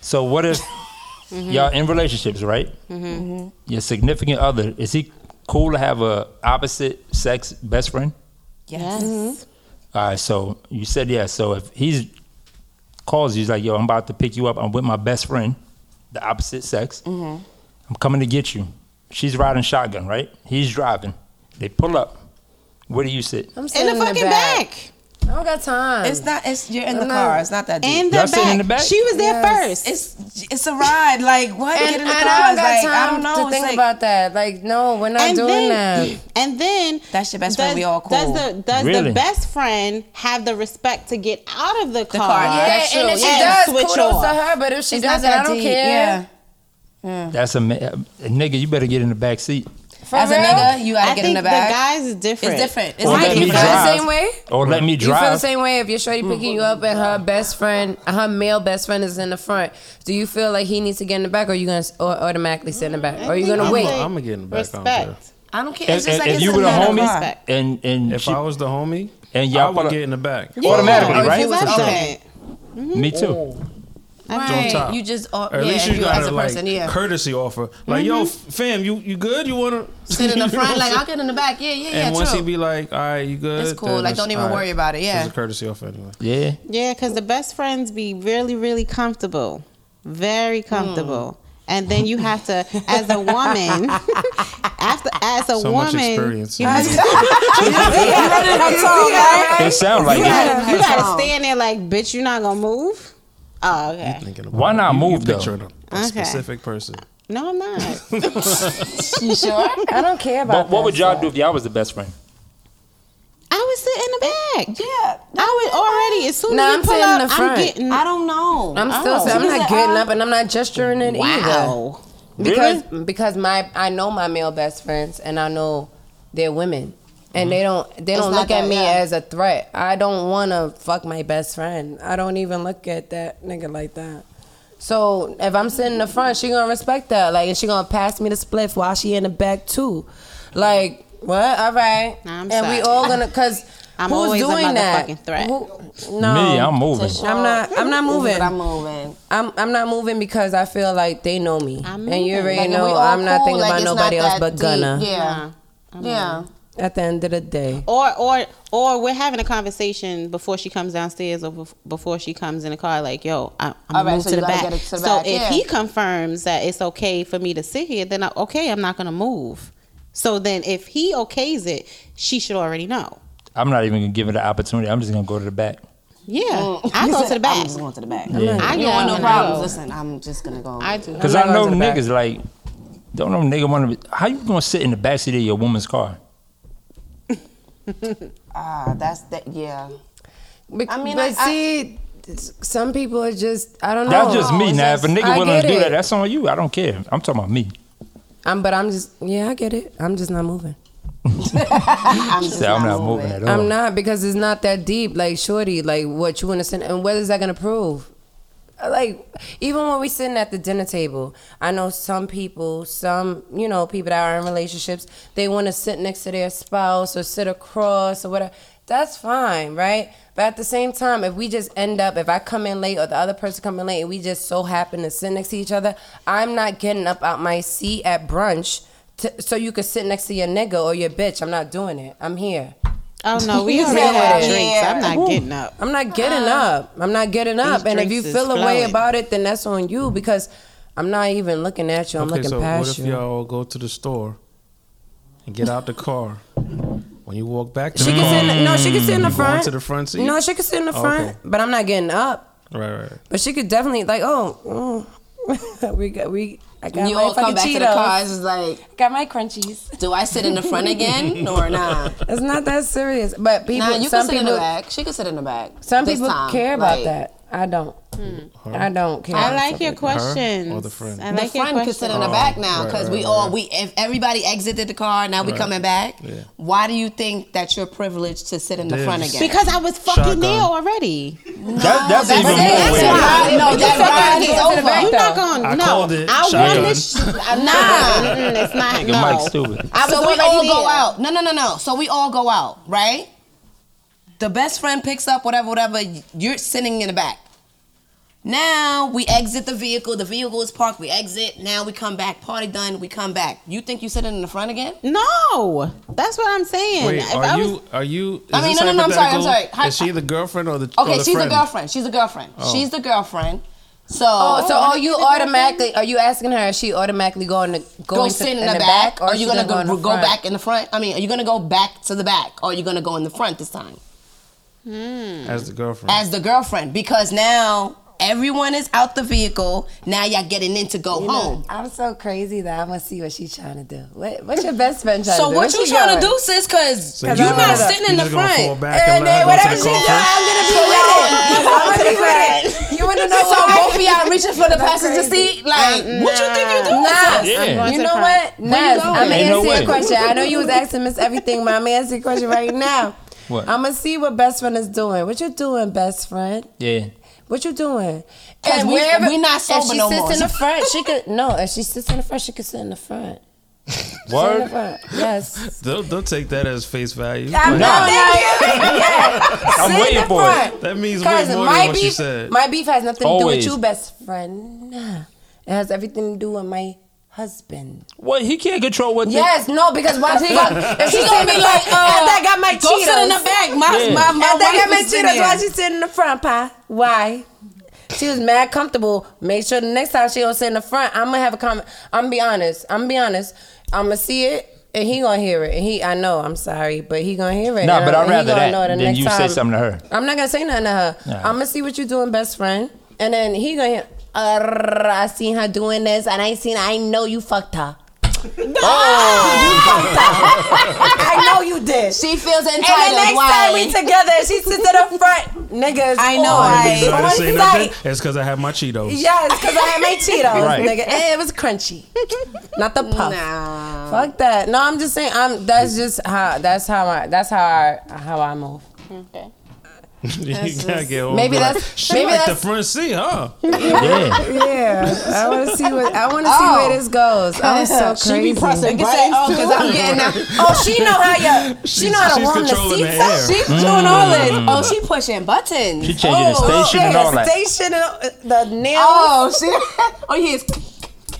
So what if y'all in relationships, right? Your significant other is he cool to have a opposite sex best friend? Yes. All right, so you said yes. So if he's calls you, he's like, "Yo, I'm about to pick you up. I'm with my best friend, the opposite sex. I'm coming to get you." She's riding shotgun, right? He's driving. They pull up. Where do you sit? I'm In sitting the fucking back. I don't got time. It's not. It's you're in the I'm not- car. It's not that deep. In the Y'all back. sitting in the back? She was there Yes. first. it's it's a ride. Like what? and, Get in the and car. I don't It's got like, time I don't know. to It's think like, about that. Like, no, we're not doing that. And then That's your best friend, we all cool. Does the does Really? the best friend have the respect to get out of the car? car, yeah. That's and true. if she Yeah. does, Switch kudos off. to her. But if she it's not doesn't, I that don't deep. care. Yeah. That's a, ma- a nigga. You better get in the back seat. For As a real? nigga, you gotta I get in think the back. the guys is different. It's different. It's Or like let me you feel the drive. same way? Or let me You feel the drive. same way if your shorty picking you up and her best friend, her male best friend is in the front. Do you feel like he needs to get in the back, or you gonna s- au- automatically sit in the Mm, back, or you gonna I'm wait? like, I'ma get in the back, I don't care. Respect. I don't care. If, It's just if- like if it's you a were the matter of homie vibe. respect. and and If she- I was the homie, And I y'all would put a- get in the back. Automatically, Oh, Yeah, right? I love Okay. that. me too. Right. top. You just uh, Or at yeah. least you, you gotta as a like person, yeah. Mm-hmm. courtesy offer. Like, yo, f- fam, you you good? You wanna Sit in the You know what front. I'm Like I'll saying? get in the back. Yeah, yeah, yeah. And once true. he be like, all right, you good? It's cool. then Like, don't even all worry about it, yeah. It's a courtesy offer anyway. Yeah. Yeah, because the best friends be really, really comfortable, very Hmm. comfortable. And then you have to, as a woman, after as a So much woman, experience. you, have to- It sounds like you it. gotta, you gotta stand there like, bitch, you're not gonna move. Oh, okay. Thinking about Why it. not You- you move, though? picturing a- a Okay. specific person. No, I'm not. You sure? I don't care about. But what would that y'all stuff. do if y'all was the best friend? I would sit in the back. yeah. I would already as soon No, as you I'm pull sitting in up, the I'm front. getting. I don't know. I'm still, Oh. I'm Because, not getting uh, up and I'm not gesturing it either. wow. Because because my I know my male best friends and I know they're women. Mm-hmm. And they don't they don't not look at that- me yeah. as a threat. I don't wanna fuck my best friend. I don't even look at that nigga like that. So if I'm sitting in the front, she gonna respect that. Like and she gonna pass me the spliff while she in the back too. Like what? All right. Nah, I'm and we sorry. all gonna cause I'm who's always a doing that? motherfucking threat. Who- no, Me, I'm moving. I'm not. I'm not moving. I'm moving. I'm I'm not moving because I feel like they know me, I'm and you moving. already Like, if we know all I'm not cool, thinking like, about it's not nobody else that but deep. Gunna. Yeah. Mm-hmm. Yeah. At the end of the day, or or or we're having a conversation before she comes downstairs or bef- before she comes in the car like yo I, i'm All gonna right, move so to, you the gotta back. get it to the so back, if yeah. he confirms that it's okay for me to sit here then I, okay i'm not gonna move so then if he okays it she should already know I'm not even gonna give it an opportunity. I'm just gonna go to the back. yeah i go to the I'm back just going Mm. to the i back. You go don't want on no the problems. road. Listen, I'm just gonna go. i do Because I'm I not know going to the back. niggas like don't know nigga want to. How you gonna sit in the backseat of your woman's car? Ah, that's that. Yeah. Bec- I mean, but I- I- see, s- some people are just I don't know. That's just me. it's Now, if just- a nigga Oh, I willing to get do that, it. that's on you. I don't care. I'm talking about me. I'm, but I'm just yeah, I get it. I'm just not moving. I'm just So I'm not moving at all. I'm not because it's not that deep. Like shorty, like what you understand, and what is that gonna prove? Uh, Like even when we sitting at the dinner table, I know some people, some you know people that are in relationships, they want to sit next to their spouse or sit across or whatever. That's fine, right? But at the same time, if we just end up, if I come in late or the other person come in late, and we just so happen to sit next to each other, I'm not getting up out my seat at brunch. To, so you could sit next to your nigga or your bitch. I'm not doing it. I'm here. oh no we You already said had it. drinks i'm Ooh. not getting up I'm not getting Uh, up. I'm not getting up. And if drinks you is feel a way flowing. about it, then that's on you because I'm not even looking at you. I'm okay, looking so what past if you. y'all go to the store and get out the car? When you walk back to She the can car, sit in the, no, she can sit in the You going front. to Mm. the front seat? No, she can sit in the Oh, front, okay. but I'm not getting up. right, right. right. But she could definitely like, oh, mm, we got we. I got You my all fucking come back Cheetos. to the car. It's just like, Got my crunchies. do I sit in the front again or not? It's not that serious, but people. Nah, you can some sit in people. the back. She can sit in the back. Some this people time. care about Like, Hmm. that. I don't. I don't care. i like your Her or questions the friend? i The like your friend can questions sit in the Oh, back now right, because right, we right, all right. we if everybody exited the car now we Right. coming back. Yeah. Why do you think that you're privileged to sit in the This. front again? Oh, because i was fucking Shotgun. there already That, that's even it. more That's weird. why. I know But you said that that you ride is can't sit in the back, over. You're though. not going. I no, called it. I Shotgun. wanted. Sh- I'm not. Mm-mm, Mm, it's not. Nigga, no. Mike's stupid. I was so we already all go there. out. No, no, no, no. So we all go out, right? The best friend picks up whatever, whatever. You're sitting in the back. Now we exit the vehicle. The vehicle is parked. We exit. Now we come back. Party done. We come back. You think you sitting in the front again? No, that's what I'm saying. Wait, If are I was- you? Are you? Is I mean, this no, no, no, I'm sorry, I'm hypothetical? sorry. Hi- Is she the girlfriend or the? or Okay, the she's friend? a girlfriend. She's a girlfriend. She's the girlfriend. So, Oh, so are you the girlfriend? automatically? Are you asking her? Is she automatically going to go going to, sit in, the, back, or are is you she gonna go, in the go front? back in the front? I mean, are you gonna go back to the back, or are you gonna go in the front this time As the girlfriend. as the girlfriend? Because now everyone is out the vehicle. Now y'all getting in to go home. I'm so crazy that I'm gonna see what she's trying to do. What, what's your best friend trying So to do? what Where you she trying to going? do, sis? Because you you're just not gonna- sitting in you the just gonna fall front. back and And then let her whatever go to she the do, conference? I'm gonna be with it. I'm gonna be with it. You wanna know So both of why? y'all reaching for the passenger seat. Like, Uh, what you think you doing? Nas, Yeah. I'm going you to know the what? Nas, I'm going? gonna Ain't no answer way. your question. I know you was asking Miss Everything, but I'm gonna answer your question right now. What? I'm gonna see what best friend is doing. What you doing, best friend? Yeah. What you doing? 'Cause we- we not if sober she no sits more. in the front, she could no. If she sits in the front, she could sit in the front. Sit in the Word. front. Yes. Don't, don't take that as face value. I'm Like, not- I'm I'm waiting for it. That means way Cause more my than what beef, you said. my beef has nothing Always. to do with you, best friend. Nah. It has everything to do with my husband. What? He can't control what. the- Yes, no, because why the fuck? If she She gonna be like, uh, after I got my go Cheetos, sit in the back. My, Yeah. my, my after I got wife my is in Cheetos, there. why she sitting in the front, pa? Why? She was mad comfortable. Make sure the next time she don't sit in the front, I'm gonna have a comment. I'm gonna be honest. I'm gonna be honest. I'm gonna see it. And he gonna hear it. And he, I know, I'm sorry, but he gonna hear it. Nah, And but I'd I'm- and he rather gonna that know the than next you say something to her. I'm not gonna say nothing to her. Nah. I'm gonna see what you doing, best friend. And then he gonna hear, "Arr, I seen her doing this, and I seen, I know you fucked her. Oh. I know you did. She feels entitled. And the next time we Why? together, she sits in the front. Niggas, oh, I know, on. I- You know, I On didn't say nothing. sight. It's because I had my Cheetos. Yes, because I had my Cheetos, Right. nigga. And it was crunchy, not the puff. Nah. Fuck that. No, I'm just saying. I'm. That's just how. That's how I. That's how I. How I move. you gotta get over Maybe it. that's- she maybe like that's- the front seat, huh? Yeah. Yeah, I want to see what. I want to see where this goes. I'm so crazy. She be pressing Nigga said, buttons oh, too. because I'm getting out. Oh, she know how you. She She's- know how to she's warm the controlling the seats up. air. She's doing all this. Oh, she pushing buttons. Mm. She changing the Oh, station and yeah, all that. Station and all- the nails. Oh, she. Oh, he is.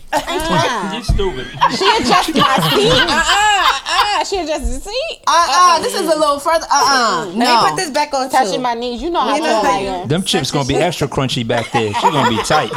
You stupid. She adjusted my seat. Uh-uh, uh-uh. She adjusted the seat. Uh uh This is a little further. Uh uh. Uh-uh. Let No. me put this back on Touching too. my knees. You know You how I know feel how about you- you. Them chips gonna be extra crunchy back there. She gonna be tight.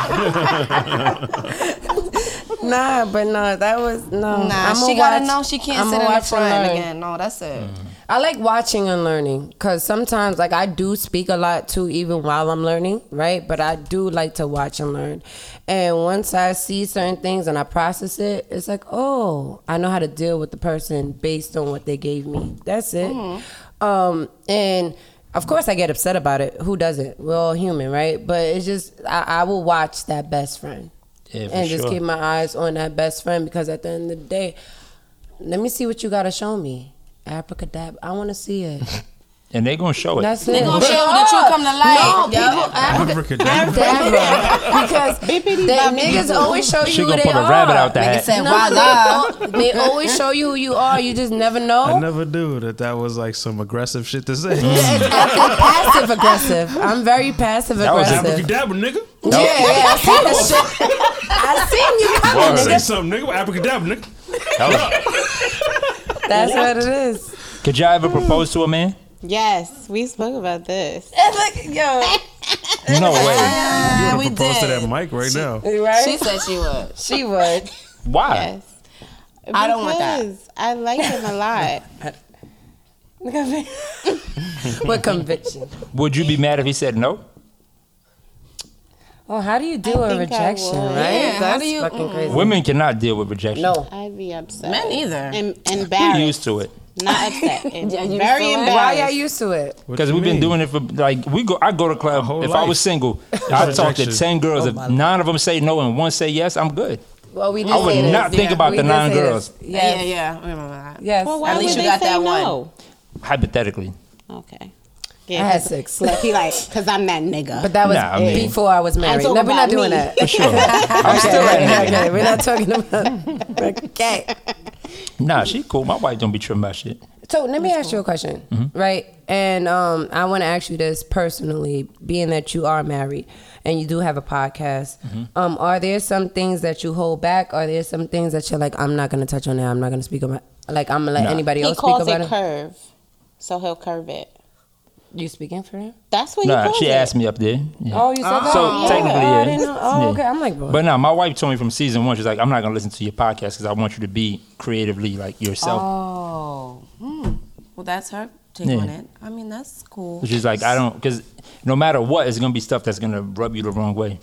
Nah, but no, that was no. Nah, I'ma she gotta watch- know she can't I'ma sit in the watch and front learn. again. No, that's it. Mm-hmm. I like watching and learning because sometimes, like, I do speak a lot too, even while I'm learning, right? But I do like to watch and learn. And once I see certain things and I process it, it's like, oh, I know how to deal with the person based on what they gave me. That's it. Um, and of course, I get upset about it. Who doesn't? We're all human, right? But it's just, I, I will watch that best friend Yeah, for and sure. just keep my eyes on that best friend because at the end of the day, let me see what you gotta show me. Abracadabra, I want to see it. and they gonna show it. That's it. They gonna show that you come to life. No, Yup. people abrac- Abracadabra. abracadabra. because Bippity they boppity niggas boo. always show you She who gonna they pull a are. rabbit out the Nigga hat. said, No, why they la? al- They always show you who you are. You just never know. I never knew that that was like some aggressive shit to say. It's passive aggressive. I'm very passive was aggressive. Abracadabra, nigga. Yeah, yeah, I seen the shit. I seen you coming. Word. Say something, nigga. Abracadabra, nigga. That was- That's what it is. could y'all ever propose to a man? Yes, we spoke about this. It's like, yo, No way. You we want to propose to did. that mic right now. right? She said she would. She would. Why? Yes. I don't want that. Because I like him a lot. With conviction. Would you be mad if he said no? Well, how do you I deal with think I rejection, would. right? Yeah, how That's do you- Mm. fucking crazy. Women cannot deal with rejection. No. I'd be upset. Men either. And We're embarrassed. used to it Not upset. you Very still ain't. embarrassed. Why are you used to it? What because you we've been mean? doing it for like we go. I go to club. whole If I life. was single, I talk to rejection. Oh, ten girls. if nine of them say no and one say yes, I'm good. Well, we did I would say this. not think Yeah. about We the did nine say this. girls. Yes. Yeah, yeah. I remember that. Yes. Well, why At least would you they got say that one. no? Hypothetically, Okay. I Yeah, had 'cause- six. like, He like, cause I'm that nigga. But that was Nah, I mean- before I was married. talking No, we're not about doing me. that. for sure. I'm still okay, that nigga. okay, we're not talking about. okay. Nah, she cool. Mm-hmm. My wife don't be tripping about shit. So let me ask you a question, right? And um, I want to ask you this personally, being that you are married and you do have a podcast. Mm-hmm. Um, are there some things that you hold back? Are there some things that you're like, I'm not gonna touch on that. I'm not gonna speak about. Like I'm gonna let anybody He else speak calls about it it. curve, so he'll curve it. you speaking for him? That's what he Nah, calls she it. asked me up there. Yeah. Oh, you said that. So Oh, technically, oh, I yeah. didn't know. Oh, Yeah. okay. I'm like, well, But now, my wife told me from season one, she's like, I'm not gonna listen to your podcast because I want you to be creatively like yourself. Oh, hmm. well, that's her take Yeah. on it. I mean, that's cool. She's like, I don't, because no matter what, it's gonna be stuff that's gonna rub you the wrong way.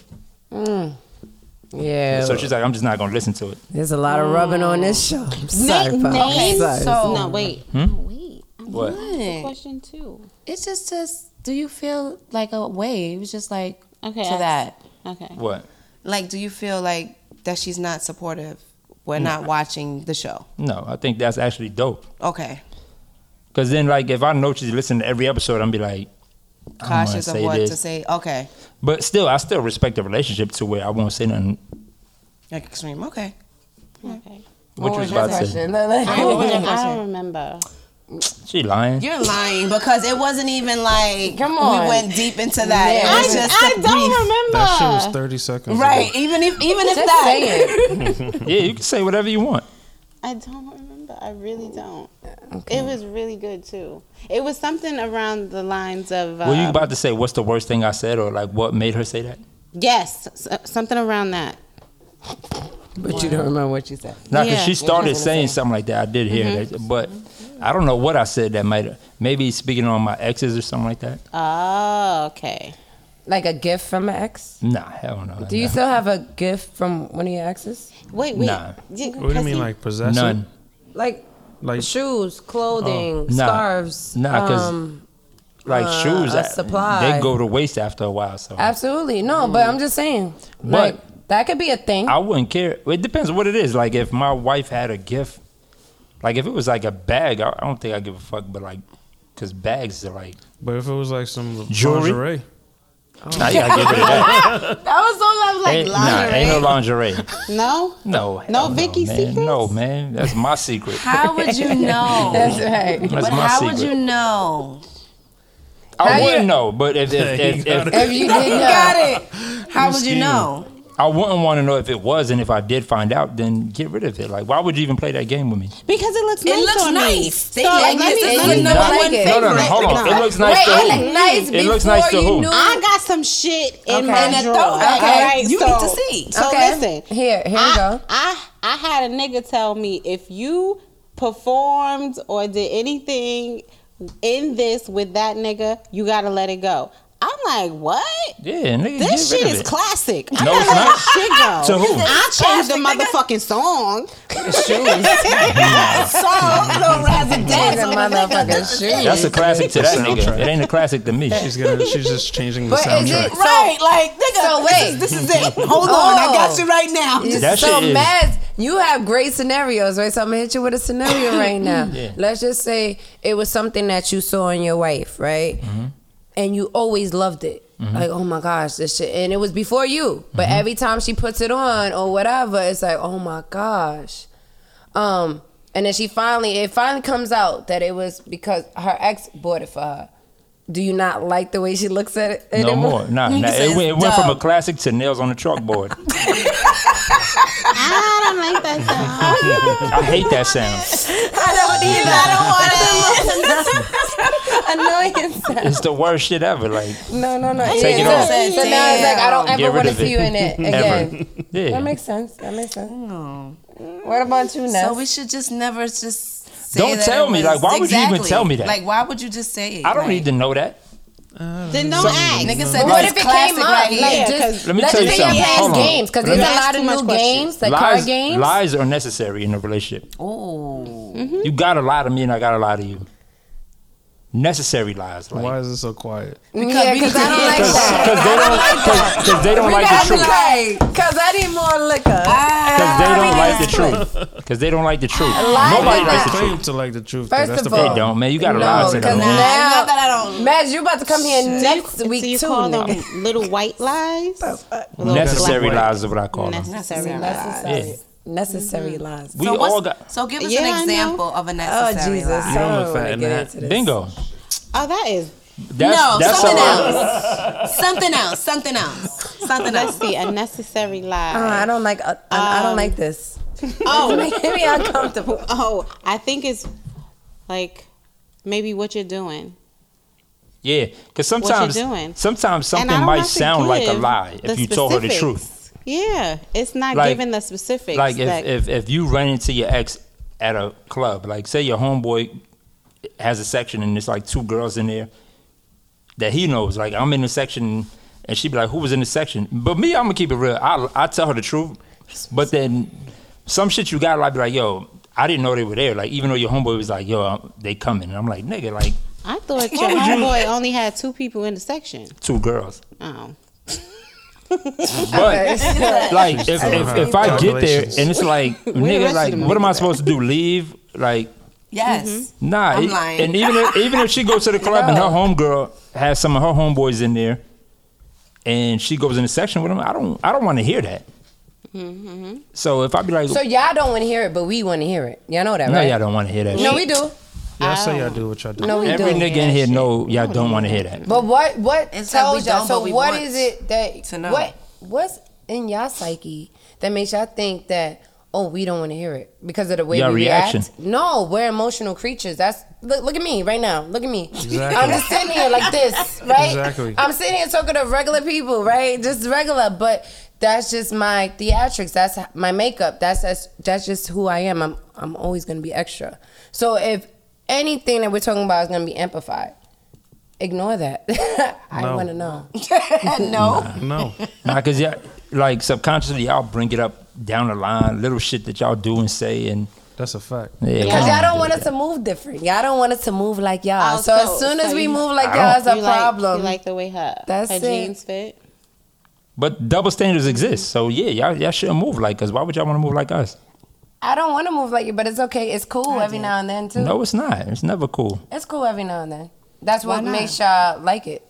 yeah. So she's like, I'm just not gonna listen to it. There's a lot of rubbing on this show. I'm sorry, Nick- Pop. I'm names? sorry. So- No, wait. Hmm. Wait. What? Question two. It's just, just, do you feel like a way? It was just like Okay, to I- that. Okay. What? Like, do you feel like that she's not supportive? We're Mm. not watching the show. No, I think that's actually dope. Okay, Because then, like, if I know she's listening to every episode, I'm be like, I don't wanna cautious of say what this. to say. Okay, But still, I still respect the relationship to where I won't say nothing. like extreme. Okay, Okay. Hmm. Oh, What, you was about to say? I don't, I don't remember. She lying. you're lying because it wasn't even like Come on. we went deep into that. It Yeah. was I, just I a don't brief- remember. That shit was 30 seconds. right. ago. Even if even if Just that. say it. Yeah, you can say whatever you want. I don't remember. I really don't. It was really good too. It was something around the lines of. Um, Were you about to say what's the worst thing I said or like what made her say that? yes, s- something around that. But you don't remember what you said. Not because Yeah. she started gonna saying something like that. I did hear Mm-hmm. that, but I don't know what I said that might have. Maybe speaking on my exes or something like that. Oh, okay. Like a gift from an ex? Nah, hell no. Do you nah. still have a gift from one of your exes? Wait, wait. Nah. What do you mean, like possessive? None. Like Like shoes, clothing, oh, Nah. scarves. Nah, 'cause- um, Like Uh, shoes, a I- supply. they go to waste after a while. So absolutely. No, but I'm just saying. Like that could be a thing. I wouldn't care. It depends what it is. Like if my wife had a gift, like if it was like a bag, I, I don't think I give a fuck. But like, cause bags are like, But if it was like some Jewelry? lingerie, nah, yeah, I give it that. That was all I was Ain't- nah, ain't no lingerie. No. No, No hell Vicky man. secrets? No man, that's my secret. How would you know? That's right. That's but my how secret. would you know? I How wouldn't you- know, but if if, if, You if, got If you did You not, got it. How would you scheming. know? I wouldn't want to know if it was, and if I did find out, then get rid of it. Like, why would you even play that game with me? Because it looks It nice. looks on me. nice. They So, like let it. me- They let look me- nice. let me- like it. No, no, no. Favorite. Hold on. It looks nice Wait, to it who? looked nice It looks nice to before you who? knew I got some shit in Okay. my In a drawer. throat, okay. all right? You so, need to see. So Okay. listen, Here- here we I, go. I I had a nigga tell me if you performed or did anything in this with that nigga, you gotta let it go. I'm like, what? Yeah, nigga, This get shit rid is of it. classic. I No, gotta it's let not. this shit go. To who? I changed the motherfucking song. So little These razzle are dazzle. my motherfucking shoes. That's a classic to that nigga. soundtrack. It ain't a classic to me. she's gonna she's just changing the But is it- soundtrack. Right, like nigga. So wait. this is, this is it. Hold on, I got you right now. That so shit is- Maz, you have great scenarios, right? So I'm gonna hit you with a scenario right now. Yeah. Let's just say it was something that you saw in your wife, right? Mm-hmm. And you always loved it. Like, oh my gosh, this shit and it was before you. But Mm-hmm. every time she puts it on or whatever, it's like, oh my gosh. Um, and then she finally it finally comes out that it was because her ex bought it for her. Do you not like the way she looks at it? No anymore? more. Nah, nah. Niggas It, went, it is went from a dumb. classic to nails on the chalkboard. I don't like that song. I hate that sound. I don't need that. I don't want it. Annoyance. It's the worst shit ever. Like, No, no, no. Take it so, off. So now it's like I don't Get ever rid want to of it. see you in it ever. again. Yeah. That makes sense. That makes sense. What about you, Ness? So we should just never just. Say Don't that tell it me, was- like, why would you even tell me that? Like, why would you just say it? I don't need to know that. Then don't ask. Nigga said what this if it classic came up? right here. like, Yeah, just, 'cause- Let me let's tell you just say something. playing Hold on. games because Let there's me- a lot of Too much new question. games, like lies, card games. lies are necessary in a relationship. Ooh. You gotta lie to me, and I gotta lie to you. Necessary lies. Like, Why is it so quiet? Yeah, because I don't like Because they don't, cause, that. 'cause they don't We like the gotta be truth. like, cause I need more liquor. Because they don't like the truth. Because they don't like the truth. Nobody likes the truth. Claim to like the truth. First that's of the all- They problem. don't, man. You gotta No, lie to 'cause them, man. now- Not that I don't. Maz, you about to come here next So week you too. call now. them little white lies? Little Necessary black lies is what I call them. Necessary Necessary. lies. Necessary. necessary lies. We so, what's- all got so give us Yeah, I know. an example of a Oh necessary Jesus! lie. I You don't almost want to had get that. into this. bingo. Oh, that is. That's, no, that's something all- else. something else. Something else. Something Let's else. see. Unnecessary Uh, I lie. don't like. Uh, I, I don't Um, like this. Oh. Oh, making me uncomfortable. Oh, I think it's like maybe what you're doing. Yeah, because sometimes doing? sometimes And something I don't might have to sound like a give lie the if you told her the specifics. truth. Yeah, it's not Like- giving the specifics. Like that- if, if if you run into your ex at a club, like say your homeboy has a section and there's like two girls in there that he knows. Like I'm in the section and she'd be like, "Who was in the section?" But me, I'm gonna keep it real. I I tell her the truth, but then some shit you gotta like be like, "Yo, I didn't know they were there." Like even though your homeboy was like, "Yo, uh, they coming," and I'm like, "Nigga, like I thought your homeboy only had two people in the section. two girls." Oh, But like if, if, if I get there Calculations. and it's like nigga like rational what am I supposed to do? Leave? Like Yes. nah. I'm e- lying. And even if, even if she goes to the club and her homegirl has some of her homeboys in there, and she goes in the section with them, I don't I don't want to hear that. Mm-hmm. So if I be like, So y'all don't want to hear it, but we want to hear it. Y'all know that, no, right? y'all don't want to hear that. No, shit. we do. Y'all say y'all do what y'all do. No, we Every do. nigga in here know y'all don't want to hear that. But what what It's that we tells y'all? don't, So but we what want is it that to know. what what's in y'all psyche that makes y'all think that oh we don't want to hear it because of the way Y'all we reaction. react? No, we're emotional creatures. That's look, look at me right now. Look at me. Exactly. I'm just sitting here like this, right? Exactly. I'm sitting here talking to regular people, right? Just regular, but that's just my theatrics. That's my makeup. That's that's, that's just who I am. I'm I'm always gonna be extra. So if anything that we're talking about is gonna be amplified. Ignore that. I No. want to know. Mm-hmm. no. No. Nah, because y'all like subconsciously y'all bring it up down the line, little shit that y'all do and say, and That's a fact. yeah, Because come y'all on, don't do want that. us to move different. Y'all don't want us to move like y'all. Oh, so, so- as soon so as we you- move like I y'all, don't- it's a you Like, problem. you like the way her That's her it. jeans fit. But double standards exist, so yeah, y'all, y'all shouldn't move like us. Why would y'all want to move like us? I don't want to move like you, but it's okay. It's cool every now and then, too. No, it's not. It's never cool. It's cool every now and then. That's what not? makes y'all like it.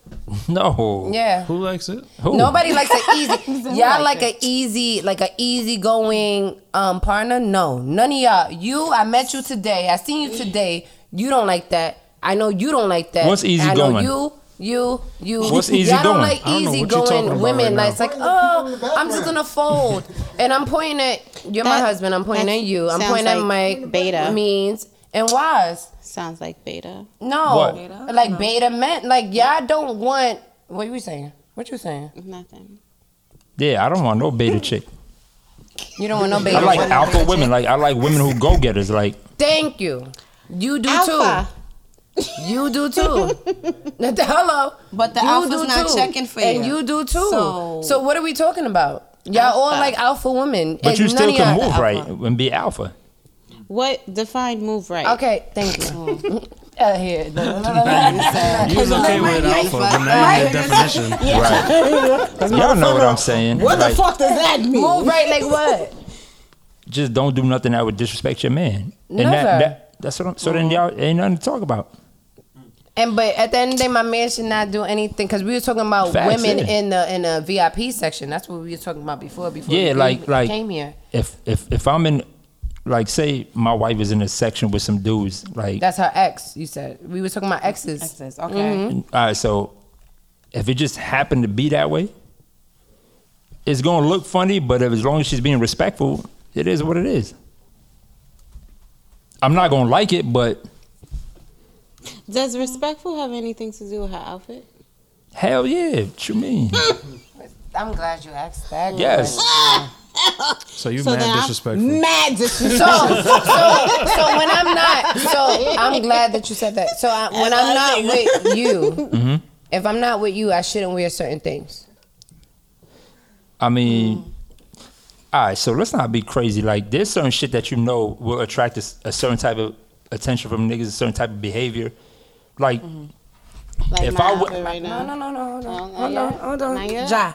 No. Yeah. Who likes it? Who? Nobody likes an easy. y'all like an easy, like an easygoing um, partner. No, none of y'all. You, I met you today. I seen you today. You don't like that. I know you don't like that. What's I know easygoing? you. You, you, What's Y'all easygoing? don't like I don't know easy what you're talking about going women. right now. like, it's like, oh, I'm just gonna fold, and I'm pointing at you're my That- husband. I'm pointing that at you. I'm sounds pointing at like Mike. beta. means and wise. Sounds like beta. No, What? like beta meant like y'all don't want. What you saying? What you saying? Nothing. Yeah, I don't want no beta chick. You don't want no beta. I like women. alpha women. Like I like women who go getters. Like Thank you. You do Alpha. too. You do too. Hello. But the you alpha's do not checking for you. And you do too. So- So, what are we talking about? Y'all all Alpha. like alpha women. but and you none still of y'all can the move alpha. right and be alpha. What define move right? Okay, thank you. uh, here. You was okay with alpha, but now you need a definition. Right. Y'all know what I'm saying. Like, fuck does that mean? move right like what? just don't do nothing that would disrespect your man. And Never. that, that that's what I'm so then y'all ain't nothing to talk about. And but at the end of the day, my man should not do anything because we were talking about Facts, women yeah. in the in the VIP section. That's what we were talking about before. Before Yeah, we like came, like came here. if if if I'm in like say my wife is in a section with some dudes, like That's her ex. You said we were talking about exes. Mm-hmm. Exes, okay. all right, so if it just happened to be that way, it's gonna look funny, but if, as long as she's being respectful, it is what it is. I'm not gonna like it, but Does respectful have anything to do with her outfit? hell yeah, what you mean? I'm glad you asked that. yes. So you So then mad I'm disrespectful. Mad disrespect. So, so, so when I'm not, so I'm glad that you said that. So I, when I'm not with you, Mm-hmm. if I'm not with you, I shouldn't wear certain things. I mean, all right, so let's not be crazy. Like, there's certain shit that you know will attract a, s- a certain type of attention from niggas, a certain type of behavior. Like, Like If my I would- outfit right now. no, no, no. Hold on, hold on. Ja,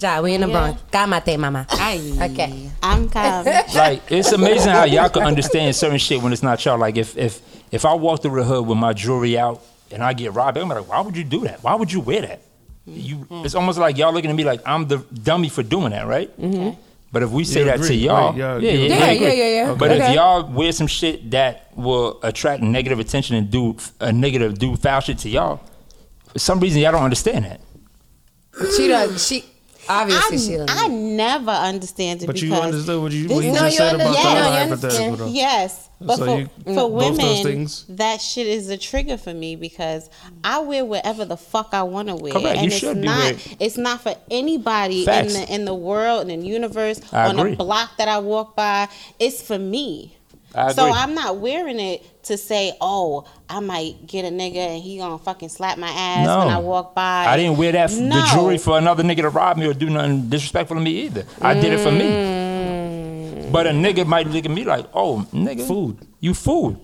ja, we in the Bronx. Kamate, mama. Okay. I'm calm. like it's amazing how y'all can understand certain shit when it's not y'all. Like if if if I walk through the hood with my jewelry out and I get robbed, I'm like, why would you do that? Why would you wear that? You, it's almost like y'all looking at me like I'm the dummy for doing that, right? But if we say You that to agree, y'all, right? Y'all- yeah, you yeah, agree. Yeah, yeah, yeah, yeah. But Okay. if y'all wear some shit that will attract negative attention and do a negative do foul shit to y'all, for some reason y'all don't understand that. She does. She obviously she. I, doesn't. I never understand it But you because understood what you, this what you No, just you said about understand. Yeah, the other you hypothetical. though. Yes, but So for, you- for both those women, things? that shit is a trigger for me because I wear whatever the fuck I want to wear, Correct, you and it's should be not wearing- it's not for anybody Facts. in the in the world in the universe I on agree. a block that I walk by. It's for me. I So agree. I'm not wearing it to say, oh, I might get a nigga and he gonna fucking slap my ass when I walk by. I didn't wear that f- No. the jewelry for another nigga to rob me or do nothing disrespectful to me either. I did it for me. Mm. But a nigga might look at me like, oh, nigga, Food. You food.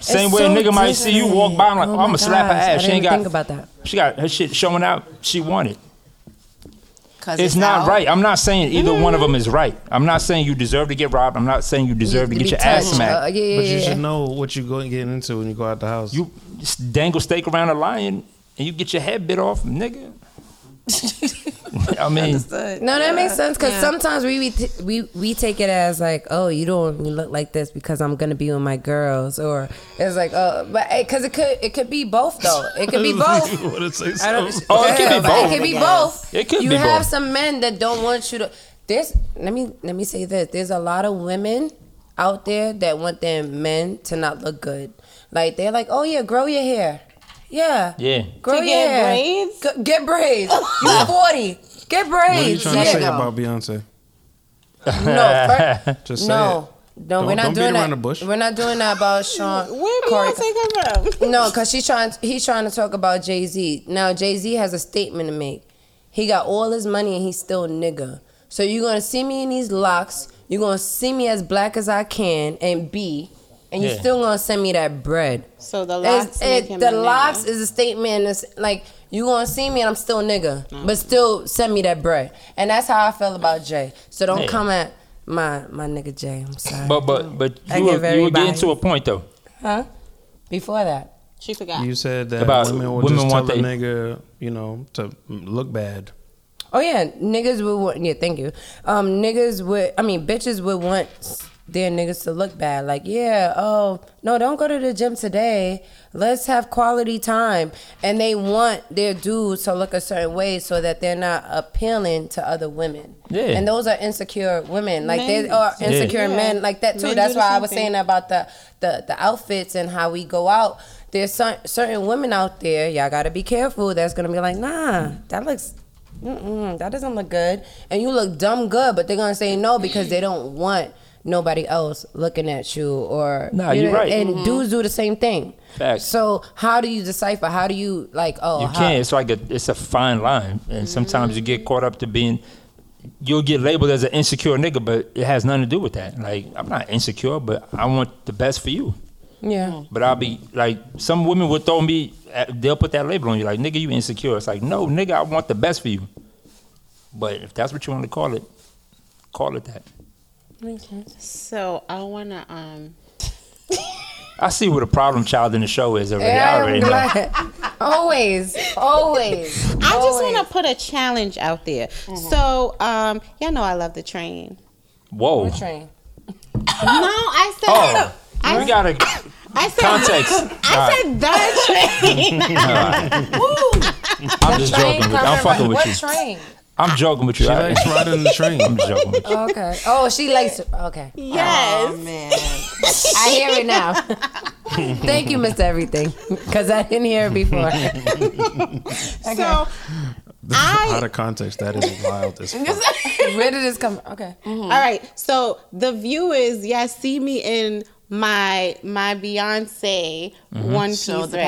Same It's way a so nigga might see you walk by, I'm like, different. oh, Oh my I'm gonna slap her gosh, ass. I she ain't didn't got think about that. She got her shit showing out. She wanted. Cause It's not out. right. I'm not saying either one of Mm. them is right. I'm not saying you deserve to get robbed. I'm not saying you deserve to be get your touched. ass smacked. Uh, yeah, yeah, But you yeah. should know what you're going getting into when you go out the house. You s- dangle steak around a lion and you get your head bit off, nigga. I mean, No, that makes sense because Yeah. sometimes we, we t- we we take it as like, oh, you don't even look like this because I'm gonna be with my girls, or it's like, oh, but because it could it could be both though. It could be both. you want to say I don't- something? Oh, it could be Yeah, but both. It could be Yes. both. It could you be have both. some men that don't want you to. There's let me let me say this. There's a lot of women out there that want their men to not look good. Like they're like, oh yeah, grow your hair. Yeah. Yeah. Grow To your get hair. braids? G- get braids. You're forty. Get braids. What are you trying to Yeah. say about Beyonce? no? fir- Just say no. it. No, Don't- we're not don't beat doing around that. the bush. We're not doing that about Sean. Where do Corey- you take her from? no, because she's trying. He's trying to talk about Jay Z. Now Jay Z has a statement to make. He got all his money and he's still a nigga. So you're gonna see me in these locks. You're gonna see me as black as I can and be, and you're Yeah. still gonna send me that bread. So the It's- locks it- make him the a nigga. locks is a statement. It's like you gonna see me and I'm still a nigga, but still send me that bread. And that's how I feel about Jay. So don't Yeah. come at my my nigga Jay. I'm sorry. but but but I you get were, Oh. very you were getting biased. to a point though. huh? Before that. She forgot. You said that About women will women just want tell a they- nigga, you know, to look bad. Oh yeah, niggas would want. Yeah, thank you. Um, niggas would. I mean, bitches would want their niggas to look bad. Like, yeah, oh no, don't go to the gym today. Let's have quality time. And they want their dudes to look a certain way so that they're not appealing to other women. Yeah. And those are insecure women. Like Men- they are Yeah. insecure Yeah. men like that too. Men That's do the why I same was thing. saying about the the the outfits and how we go out. There's some, certain women out there, y'all gotta be careful. That's gonna be like, nah, that looks Mm-mm, that doesn't look good. And you look dumb good, but they're gonna say no because they don't want nobody else looking at you or Nah, you you right. And dudes do the same thing. Facts. So how do you decipher? How do you like? Oh, You how- Mm-hmm. can't. It's like a it's a fine line, and sometimes you get caught up to being. You'll get labeled as an insecure nigga, but it has nothing to do with that. Like I'm not insecure, but I want the best for you. Yeah. But I'll be like, some women will throw me. at- They'll put that label on you, like nigga, you insecure. It's like no, nigga, I want the best for you. But if that's what you want to call it, call it that. Mm-hmm. So I wanna um. I see what a problem child in the show is already. I Yeah, already I'm know. glad. always, always. I just want to put a challenge out there. So, um, y'all know I love the train. Whoa. train. no, I said. Oh, I, we gotta I said. context. I said the train. I'm just joking with you. I'm fucking with what you. train? I'm joking with you. She I- likes riding the train. I'm joking with you. Okay. Oh, she likes. Okay. yes. Oh man. I hear it now. Thank you, Miss Everything, because I didn't hear it before. So, I. Out of context, that is wild as fuck. Where did this come? Okay. All right. So the viewers, yeah, see me in my my Beyonce Mm-hmm. one piece Show right the now,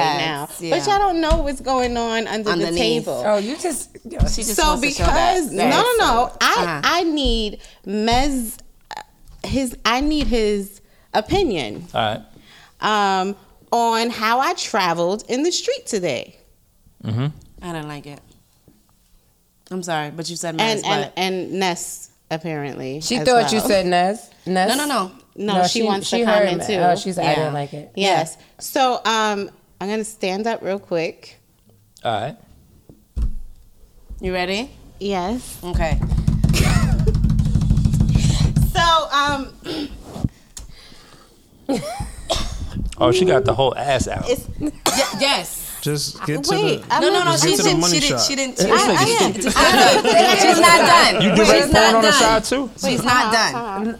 pants, yeah. but y'all don't know what's going on under the Underneath. table. Oh, you just. She just so wants to show that. because That no is no no so- i Uh-huh. i need mez his i need his opinion All right. um on how i traveled in the street today I don't like it. I'm sorry, but you said and mine. and and ness apparently She as thought you well. said Nez. Nez. No, no, no. no, she, wants to heard comment me. too Oh, she said I Yeah. didn't like it. yes so um i'm gonna stand up real quick All right. You ready? yes Okay. So um, Oh, she got the whole ass out. it's Y- yes. Just get to wait. the. I'm No, no, not- no. Let's She get to the didn't. money She didn't. shot. She didn't. She I, I didn't. am. She's not done. you She's direct porn not on the done. side too? She's not done.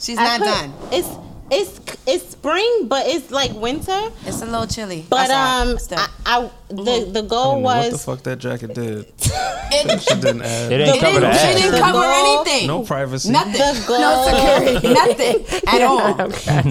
She's I not put- done. It's it's it's spring, but it's like winter. It's a little chilly. But That's all. um, Still. I, I the the I goal don't know what the was fuck that jacket did? it, She didn't add It ain't The cover the little she ass. shit didn't The cover goal- anything. no privacy. Nothing. the goal. Nothing at all.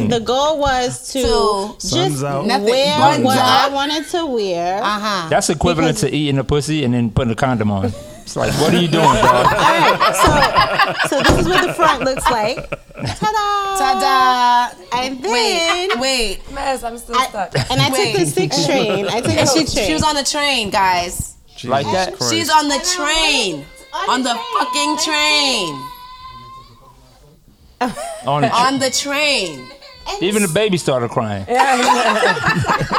the goal was to So- just Sun's out. Nothing. wear Buttons what up. I wanted to wear. Uh huh. That's equivalent to eating a pussy and then putting a condom on. It's like, what are you doing, dog? All right, so so this is what the front looks like. Ta-da! Ta-da. And Wait, then wait. Mess, I'm still I, stuck. and I Wait. took the six train. I took the She, six train. she was on the train, guys. Jesus Like that? Christ. She's on the And I train. went On the fucking train. On the On the train. And Even the baby started crying.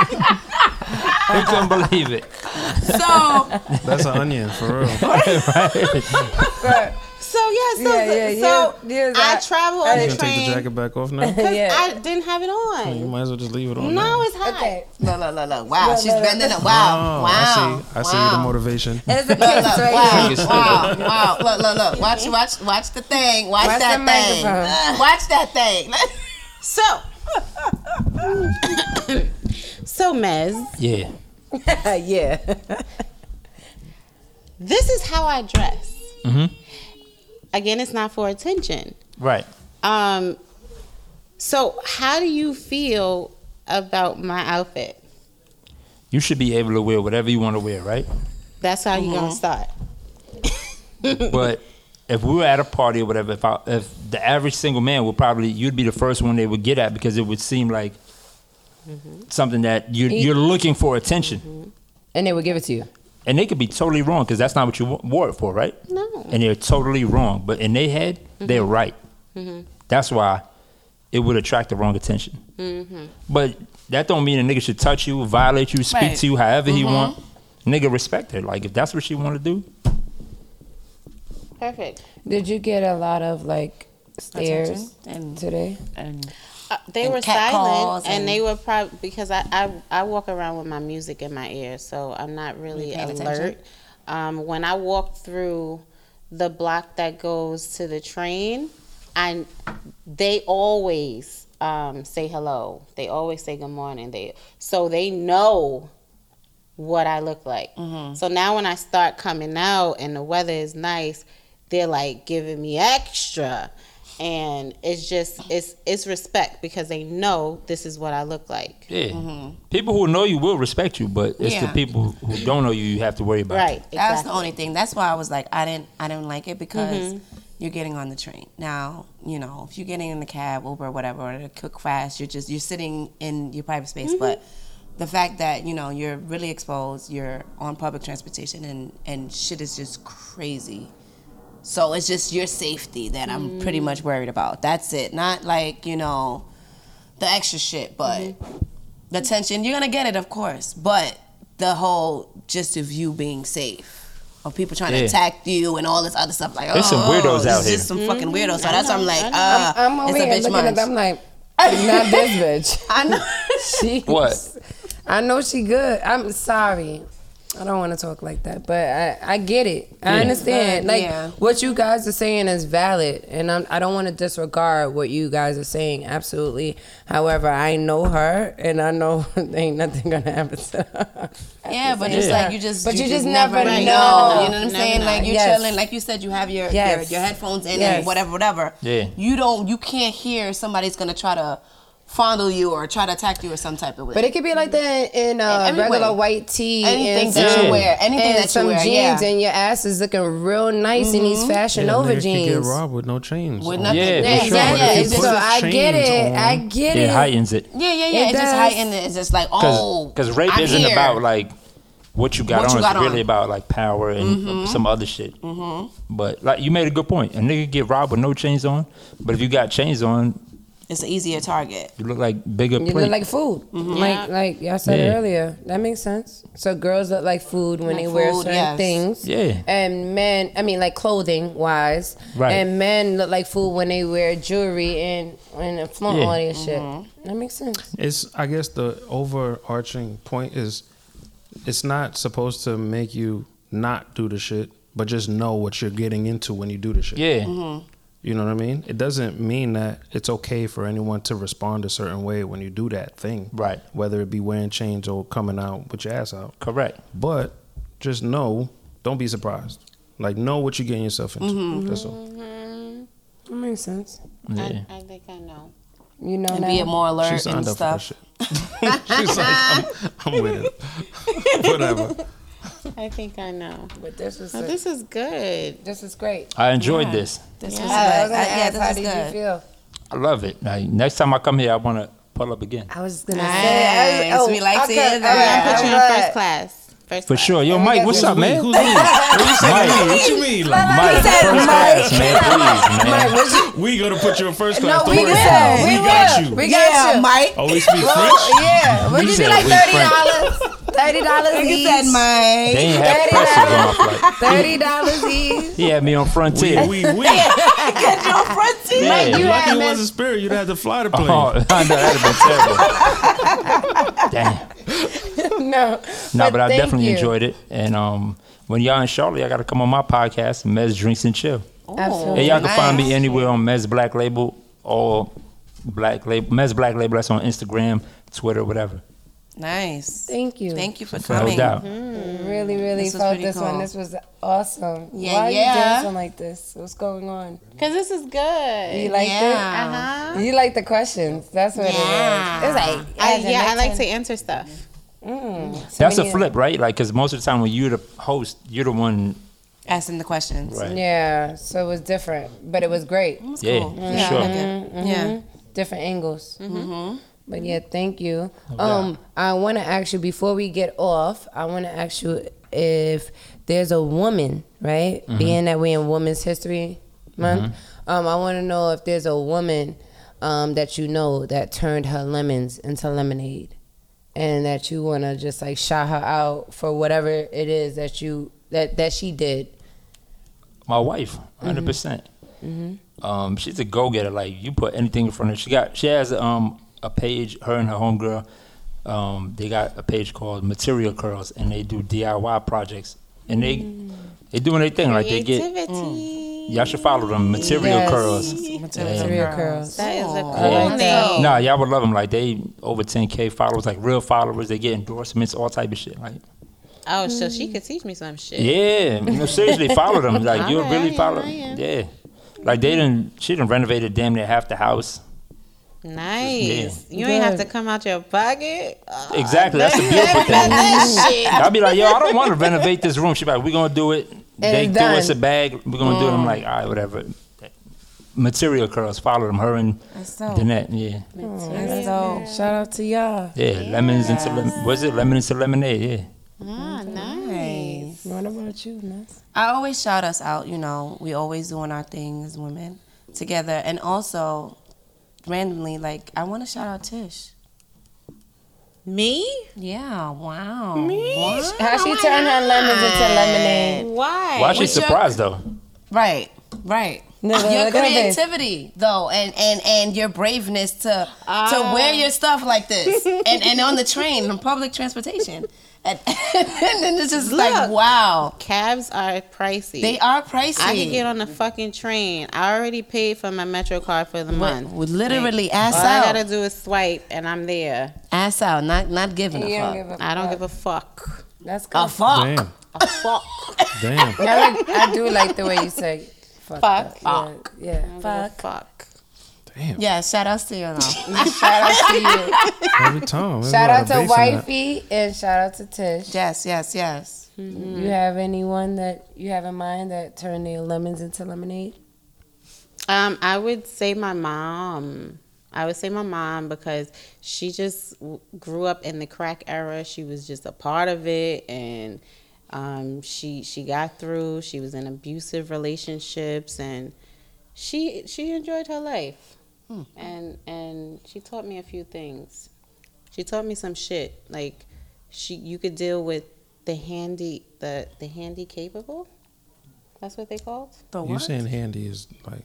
he couldn't believe it. So That's an onion for real. So yeah, so Yeah, yeah, so yeah, yeah, I that- travel You on the gonna take the train jacket back off now? because Yeah. I didn't have it You on. might as well just leave it on. No, now. it's hot. Okay. look, look, look, look. Wow, she's bending up. Oh, Wow, I wow. see. I see wow. the motivation. It's a kiss Look, look, right here. wow, wow, wow. Look, look, look. Watch, watch, watch the thing. Watch, Watch that the thing. microphone. Watch that thing. So so Mez, Yeah. yeah. this is how I dress. Again, it's not for attention. Right. Um, so how do you feel about my outfit? You should be able to wear whatever you want to wear, right? That's how you Mm-hmm. gonna start. But if we were at a party or whatever, if, I, if the average single man would probably, you'd be the first one they would get at because it would seem like something that you're, you're looking for attention. And they would give it to you. And they could be totally wrong because that's not what you wa- wore it for, right? No. And they're totally wrong. But in their head, they're right. That's why it would attract the wrong attention. But that don't mean a nigga should touch you, violate you, speak Right. to you however he want. Nigga, respect her. Like, if that's what she want to do, Perfect. Did you get a lot of like stares Attention. today? Uh, they And were cat silent, calls and, and- they were probably because I, I I walk around with my music in my ear, so I'm not really You paying attention? alert. Um, when I walk through the block that goes to the train, I they always um, say hello. They always say good morning. They so they know what I look like. So now when I start coming out and the weather is nice, they're like giving me extra. And it's just it's it's respect because they know this is what I look like. yeah. People who know you will respect you, but it's Mm-hmm. Yeah. the people who don't know you you have to worry about. Right. That's Exactly. the only thing. That's why I was like, I didn't, I didn't like it because you're getting on the train. Now, you know, if you're getting in the cab, Uber, whatever, or the cook fast, you're just you're sitting in your private space. But the fact that you know you're really exposed, you're on public transportation, and and shit is just crazy. So it's just your safety that I'm pretty much worried about. That's it. Not like you know the extra shit, but Mm-hmm. the tension you're gonna get it, of course. But the whole just of you being safe. Of people trying to Yeah. attack you and all this other stuff, like There's oh, some weirdos it's out just here. some fucking Mm-hmm. weirdos. So that's why I'm like, uh, I'm, I'm over it's a here bitch looking munch. at them like, not this bitch. I know. She What? I know she good. I'm sorry. I don't want to talk like that, but I, I get it. I Yeah. understand. But, Like yeah. what you guys are saying is valid, and I'm, I don't want to disregard what you guys are saying. Absolutely. However, I know her, and I know ain't nothing gonna happen to her. yeah, but it's like you just, But you just never know. know. You know what I'm Never saying? know. Like you're Yes. chilling, like you said, you have your Yes. your, your headphones in Yes. and whatever, whatever. Yeah. You don't, you can't hear somebody's gonna try to fondle you or try to attack you or some type of way. But it could be like that in uh, Every regular way. white tee, Anything and that some- you wear, anything and that you some wear, jeans, yeah. Mm-hmm. and your ass is looking real nice in these fashion Yeah, over nigga Could jeans. get robbed with no chains. With on. nothing. Yeah, for yeah, sure. yeah, But if yeah. you It's put So just, the I get chains it. on, I get It it. heightens it. yeah, yeah, yeah. It It, just does. heightened it. It's just like, oh, Because rape I'm isn't here. about like what you got on. What you it's got on. Mm-hmm. really about like power and some other shit. But like you made a good point. A nigga get robbed with no chains on, but if you got chains on, It's an easier target. You look like bigger You plate. look like food. Mm-hmm. Yeah. Like like y'all said Yeah. earlier. That makes sense. So girls look like food when Like they wear food, certain yes. things. Yeah. And men I mean like clothing wise. Right. And men look like food when they wear jewelry and and flaunt Yeah. all that Mm-hmm. shit. That makes sense. It's I guess the overarching point is it's not supposed to make you not do the shit, but just know what you're getting into when you do the shit. yeah. Mm-hmm. You know what I mean? It doesn't mean that it's okay for anyone to respond a certain way when you do that thing. Right. Whether it be wearing chains or coming out with your ass out. Correct. But just know, don't be surprised. Like know what you're getting yourself into. Mm-hmm. That's all. Mm-hmm. That makes sense. Yeah. I, I think I know. You know And now. be more alert Mm-hmm. She and signed up stuff. for that shit. She's like, I'm, I'm with it. Whatever. I think I know. but this is Oh, this, this is good. is great. I enjoyed this. This Yeah. was I was good. gonna I- yeah, ask, how this did is you good. feel? I love it. Like, next time I come here, I want to pull up again. I was oh, gonna Nice. We like to hear that. I Yeah, put you in first class. First For class. sure. Yo, Mike, what's up, man? Who's we? Mike, What you mean? Like, Mike, first class, man. Please, man. we gonna put you in first No, class. Don't we will. worry We about it. will. got you. We got you. Mike. Oh, we speak French. Well, yeah. Would You you said do like we thirty friends. dollars? Thirty dollars Look at each. They that, Mike. ain't have Daddy, pretzels on my daddy. flight. Thirty dollars each. He had me on Frontier. We we. Get your frontier. Yeah. Lucky had it me. wasn't spirit. You'd have to fly the plane. Oh, no, that'd have been terrible. Damn. No. No, but, I thank definitely you. enjoyed it. And um, when y'all in Charlotte, I got to come on my podcast, Mez Drinks and Chill. Absolutely. And y'all can find nice. me anywhere on Mez Black Label or Black Label, Mez Black Label. That's on Instagram, Twitter, whatever. Nice. Thank you. Thank you for No coming. doubt. Mm-hmm. Really, really This was felt pretty this one. cool. This was awesome. Yeah, Why yeah. are you dancing like this? What's going on? Cause this is You good. like Yeah. Uh-huh. it? You like the questions? That's what Yeah. it is. It's like I, yeah, I like to answer stuff. Mm, so That's a many- flip, right? Like, because most of the time when you're the host, you're the one. Asking the questions. Right. Yeah, so it was different, but it was great. That's Yeah, cool. for Yeah, I sure. like it. Yeah. Mhm. different angles. But yeah, thank you. Um, I want to ask you before we get off. I want to ask you if there's a woman, right? Mm-hmm. Being that we're in Women's History Month, um, I want to know if there's a woman um, that you know that turned her lemons into lemonade, and that you want to just like shout her out for whatever it is that you that that she did. My wife, 100%. percent Um, she's a go getter. Like, you put anything in front of her. She got, she has um, a page, her and her homegirl. Um, they got a page called Material Curls, and they do DIY projects. And they, they doing their thing. Like, they get, Creativity. Y'all should follow them. Material Yes. curls. Material Material girls. curls. That is a I cool like that. name. Nah, y'all would love them. Like they over 10k followers, like real followers. They get endorsements, all type of shit. Like Oh, so she could teach me some shit. yeah, no, seriously, follow them. Like you'll Alright, really follow. I am. Yeah, like they didn't. She didn't renovated damn near half the house. Nice. You ain't have to come out your pocket. Oh, Exactly, that's the beautiful thing. that shit. I'll be like, yo, I don't want to renovate this room. She be like, we gonna do it. they it's threw us a done. bag. We're gonna do it. I'm like, all right, whatever. Material curls, follow them. Her and That's dope. Danette. Yeah, That's dope. Shout out to y'all. yeah. Lemons into lem- was it lemon into lemonade? Yeah. Ah, nice. What about you, Miss? I always shout us out, you know, we always doing our thing as women together. And also, randomly, like, I want to shout out Tish. Me? Yeah, wow. Me? How she turned her lemons into lemonade. Why? Why she What's your- surprised though? Right, right. No, but your look at this. creativity, though, and, and, and your braveness to to wear your stuff like this, and and on the train, on public transportation, and, and then it's just like Look. wow, Cabs are pricey. they are pricey. I could get on the fucking train. I already paid for my Metro card for the month. With literally ass All out, I gotta do is swipe, and I'm there. ass out, not not giving You don't a give fuck. a I don't fuck. give a fuck. That's good. A fuck. Damn. Fuck. Damn. I, like, I do like the way you say fuck. Fuck. Fuck. Yeah. yeah. Fuck. Fuck. Damn. Yeah, shout outs to you. though. Shout out to you. Every time. There's a shout lot out of to bass in that. Wifey and shout out to Tish. yes, yes, yes. You have anyone that you have in mind that turned their lemons into lemonade? Um, I would say my mom. I would say my mom because she just w- grew up in the crack era. She was just a part of it, and um, she she got through. She was in abusive relationships, and she she enjoyed her life. and and she taught me a few things. She taught me some shit like she you could deal with the handy the the handy capable. That's what they called. The You saying handy is like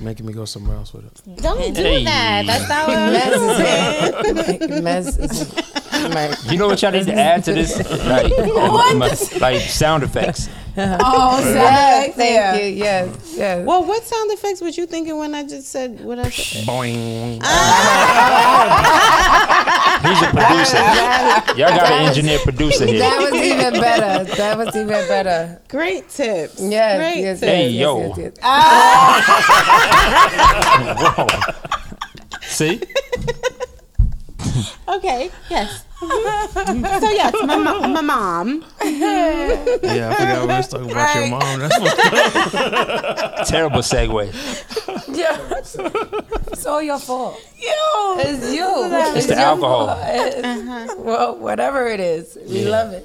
making me go somewhere else with it. Don't do that. That's not what I'm Mess is- like, You know what y'all need to add to this? Like, oh, my- like sound effects. Oh, yes, sex. thank you. Yes, yes. Well, what sound effects were you thinking when I just said what I said? Boing. He's a producer. Y'all got an engineer producer That here. was even better. That was even better. Great Yes, tips. Great yes, yes, tips. Hey, yes, yo. yes, yes. See? Okay. Yes. so yes, my, mo- my mom. Yeah, I forgot we was talking about your mom. That's what Terrible segue. It's all your fault. You. It's you. It's, the your alcohol. fault. It's- Uh-huh. Well, whatever it is, we love it.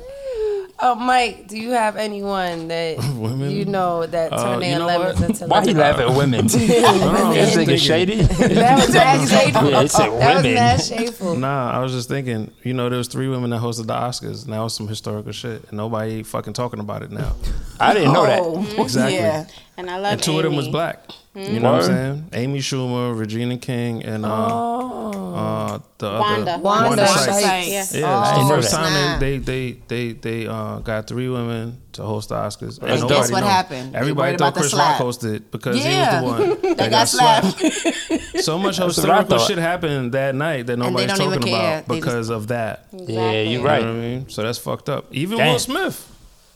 Oh, Mike, do you have anyone that Women? you know that Uh, turned you their know lemons what? into Why he lemons? laugh at women? This nigga shady? That was mad shameful. Yeah, it's a That was women. mad shameful. Nah, I was just thinking, you know, there was three women that hosted the Oscars, and that was some historical shit, and nobody fucking talking about it now. I didn't know that. Exactly. Yeah. And I love And two of them was Amy. black. You know what I'm Word. saying? Amy Schumer, Regina King, and uh, uh, the Wanda. Oh. other Wanda Sykes. Sykes. Yeah. I Oh, Yeah, it's didn't the know first that. time they they they they, they uh, got three women to host the Oscars. And guess nobody what know. happened? They Everybody worried thought about the Chris Rock slap. hosted because Yeah. he was the one that They got slapped. So much what I historical thought. shit happened that night that they nobody's don't even talking care. about They just- because of that. Yeah, you're You know right. what I mean? So that's fucked up. Even Damn. Will Smith.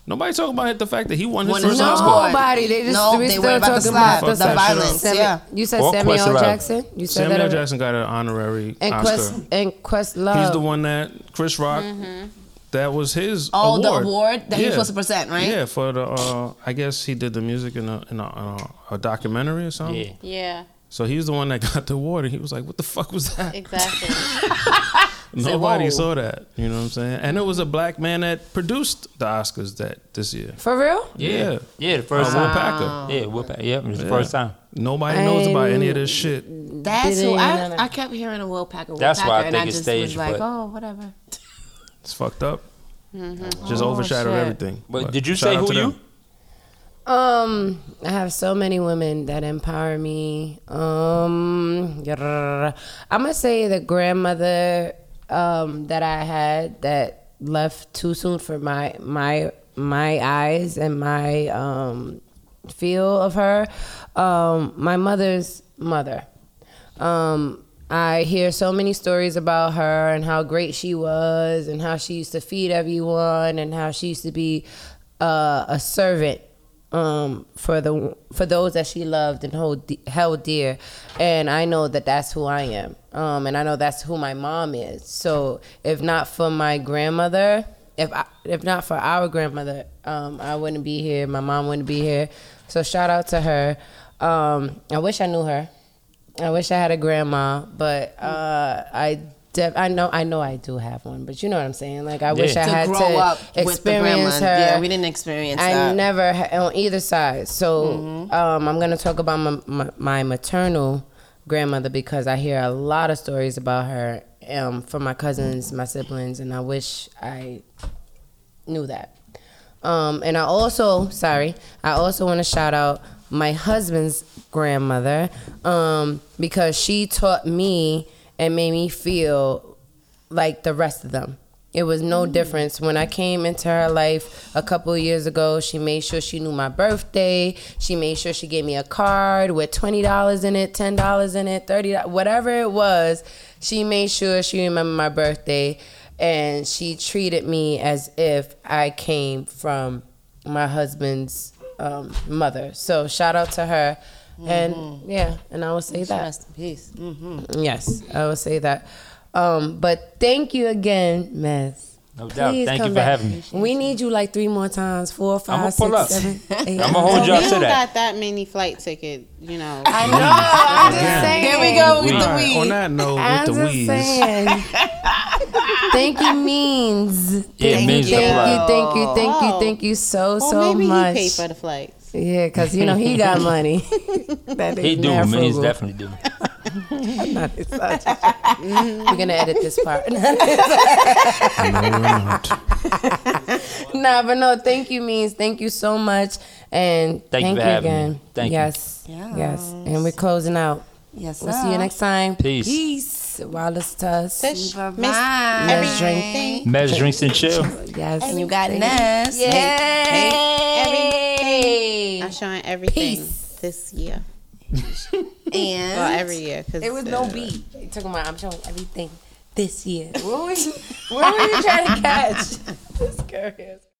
Nobody talking about it, the fact that he won his When first it's Oscar. award. Nobody. They just- no, we they still worry about the talking slap, about the that shit. violence. Sami- Yeah. You said Or Samuel Questlove. Jackson. You said Samuel that. Jackson got an honorary And Oscar. Quest and Quest He's uh, the Love. one that Chris Rock. That was his. Mm-hmm. Oh, award. the award that he was supposed to present, right? Yeah, for the. Uh, I guess he did the music in a in a, uh, a documentary or something. Yeah. Yeah. So he's the one that got the award, and he was like, "What the fuck was that?" Exactly. Nobody whoa. saw that. You know what I'm saying? And it was a black man that produced the Oscars that this year. For real? Yeah. Yeah, the Uh, first Will time. Packer. Yeah, Will Packer. Yeah, it was the first time. Nobody knows about any of this shit. That's who Didn't- I, I kept hearing a Will Packer. Will That's Packer, why I and think I it's just was staged, like, but- oh, whatever. It's fucked up. Just overshadowed Mm-hmm. Oh, shit. everything. But did you shout say who out to them. you- Um, I have so many women that empower me. Um, I'm gonna say the grandmother um, that I had that left too soon for my my my eyes and my um, feel of her. Um, my mother's mother. Um, I hear so many stories about her and how great she was and how she used to feed everyone and how she used to be uh, a servant um, for the for those that she loved and hold, held dear. And I know that that's who I am. Um, and I know that's who my mom is. So if not for my grandmother, if I, if not for our grandmother, um, I wouldn't be here. My mom wouldn't be here. So shout out to her. Um, I wish I knew her. I wish I had a grandma, but uh, I def- I know I know I do have one, but you know what I'm saying. Like I wish Yeah. I To had grow to up with the experience grandma. her. Yeah, we didn't experience I that. Mm-hmm. never ha- on either side. So um, I'm gonna talk about my, my my maternal grandmother because I hear a lot of stories about her um, from my cousins, my siblings, and I wish I knew that. Um, and I also, sorry, I also want to shout out my husband's grandmother um, because she taught me and made me feel like the rest of them. It was no difference. When I came into her life a couple of years ago, she made sure she knew my birthday. She made sure she gave me a card with $20 in it, $10 in it, $30, whatever it was. She made sure she remembered my birthday and she treated me as if I came from my husband's um, mother. So shout out to her. And yeah, and I would say that. Rest in peace. Mm-hmm. Yes, I would say that. Um, but thank you again, Mess. No doubt. Thank you for having me. We need you like three more times, four, I'ma five, pull six, up. seven, eight. I'ma hold we y'all to don't that. got that many flight ticket, you know. I know. I'm just saying. There we go with Weed. the All right, on weed. that note, I'm with the just wheeze. saying. thank you, means. Yeah, it means the Thank plug. you, thank you, thank you, Oh. thank you so, Well, so maybe much. he paid for the flights. yeah, because you know he got money. that He is do. mad Man, he's frugal. definitely do. I'm not his subject. We're gonna edit this part. No, we're not. nah, but no, thank you means thank you so much, and Thank you thank for you, having me. again. Thank you. yes, yes, Yes. and we're closing out. Yes, We'll see you sir. next time. Peace. Peace. Wireless to us. Tish, miss Bye-bye. Let's drink. everything. Mez drinks and chill. Yes. And you got Ness. Yay! I'm showing everything Peace. this year. And Well, every year. Cause There was no uh, beat. It took my. I'm showing everything this year. What were you, what were you trying to catch? this girl is.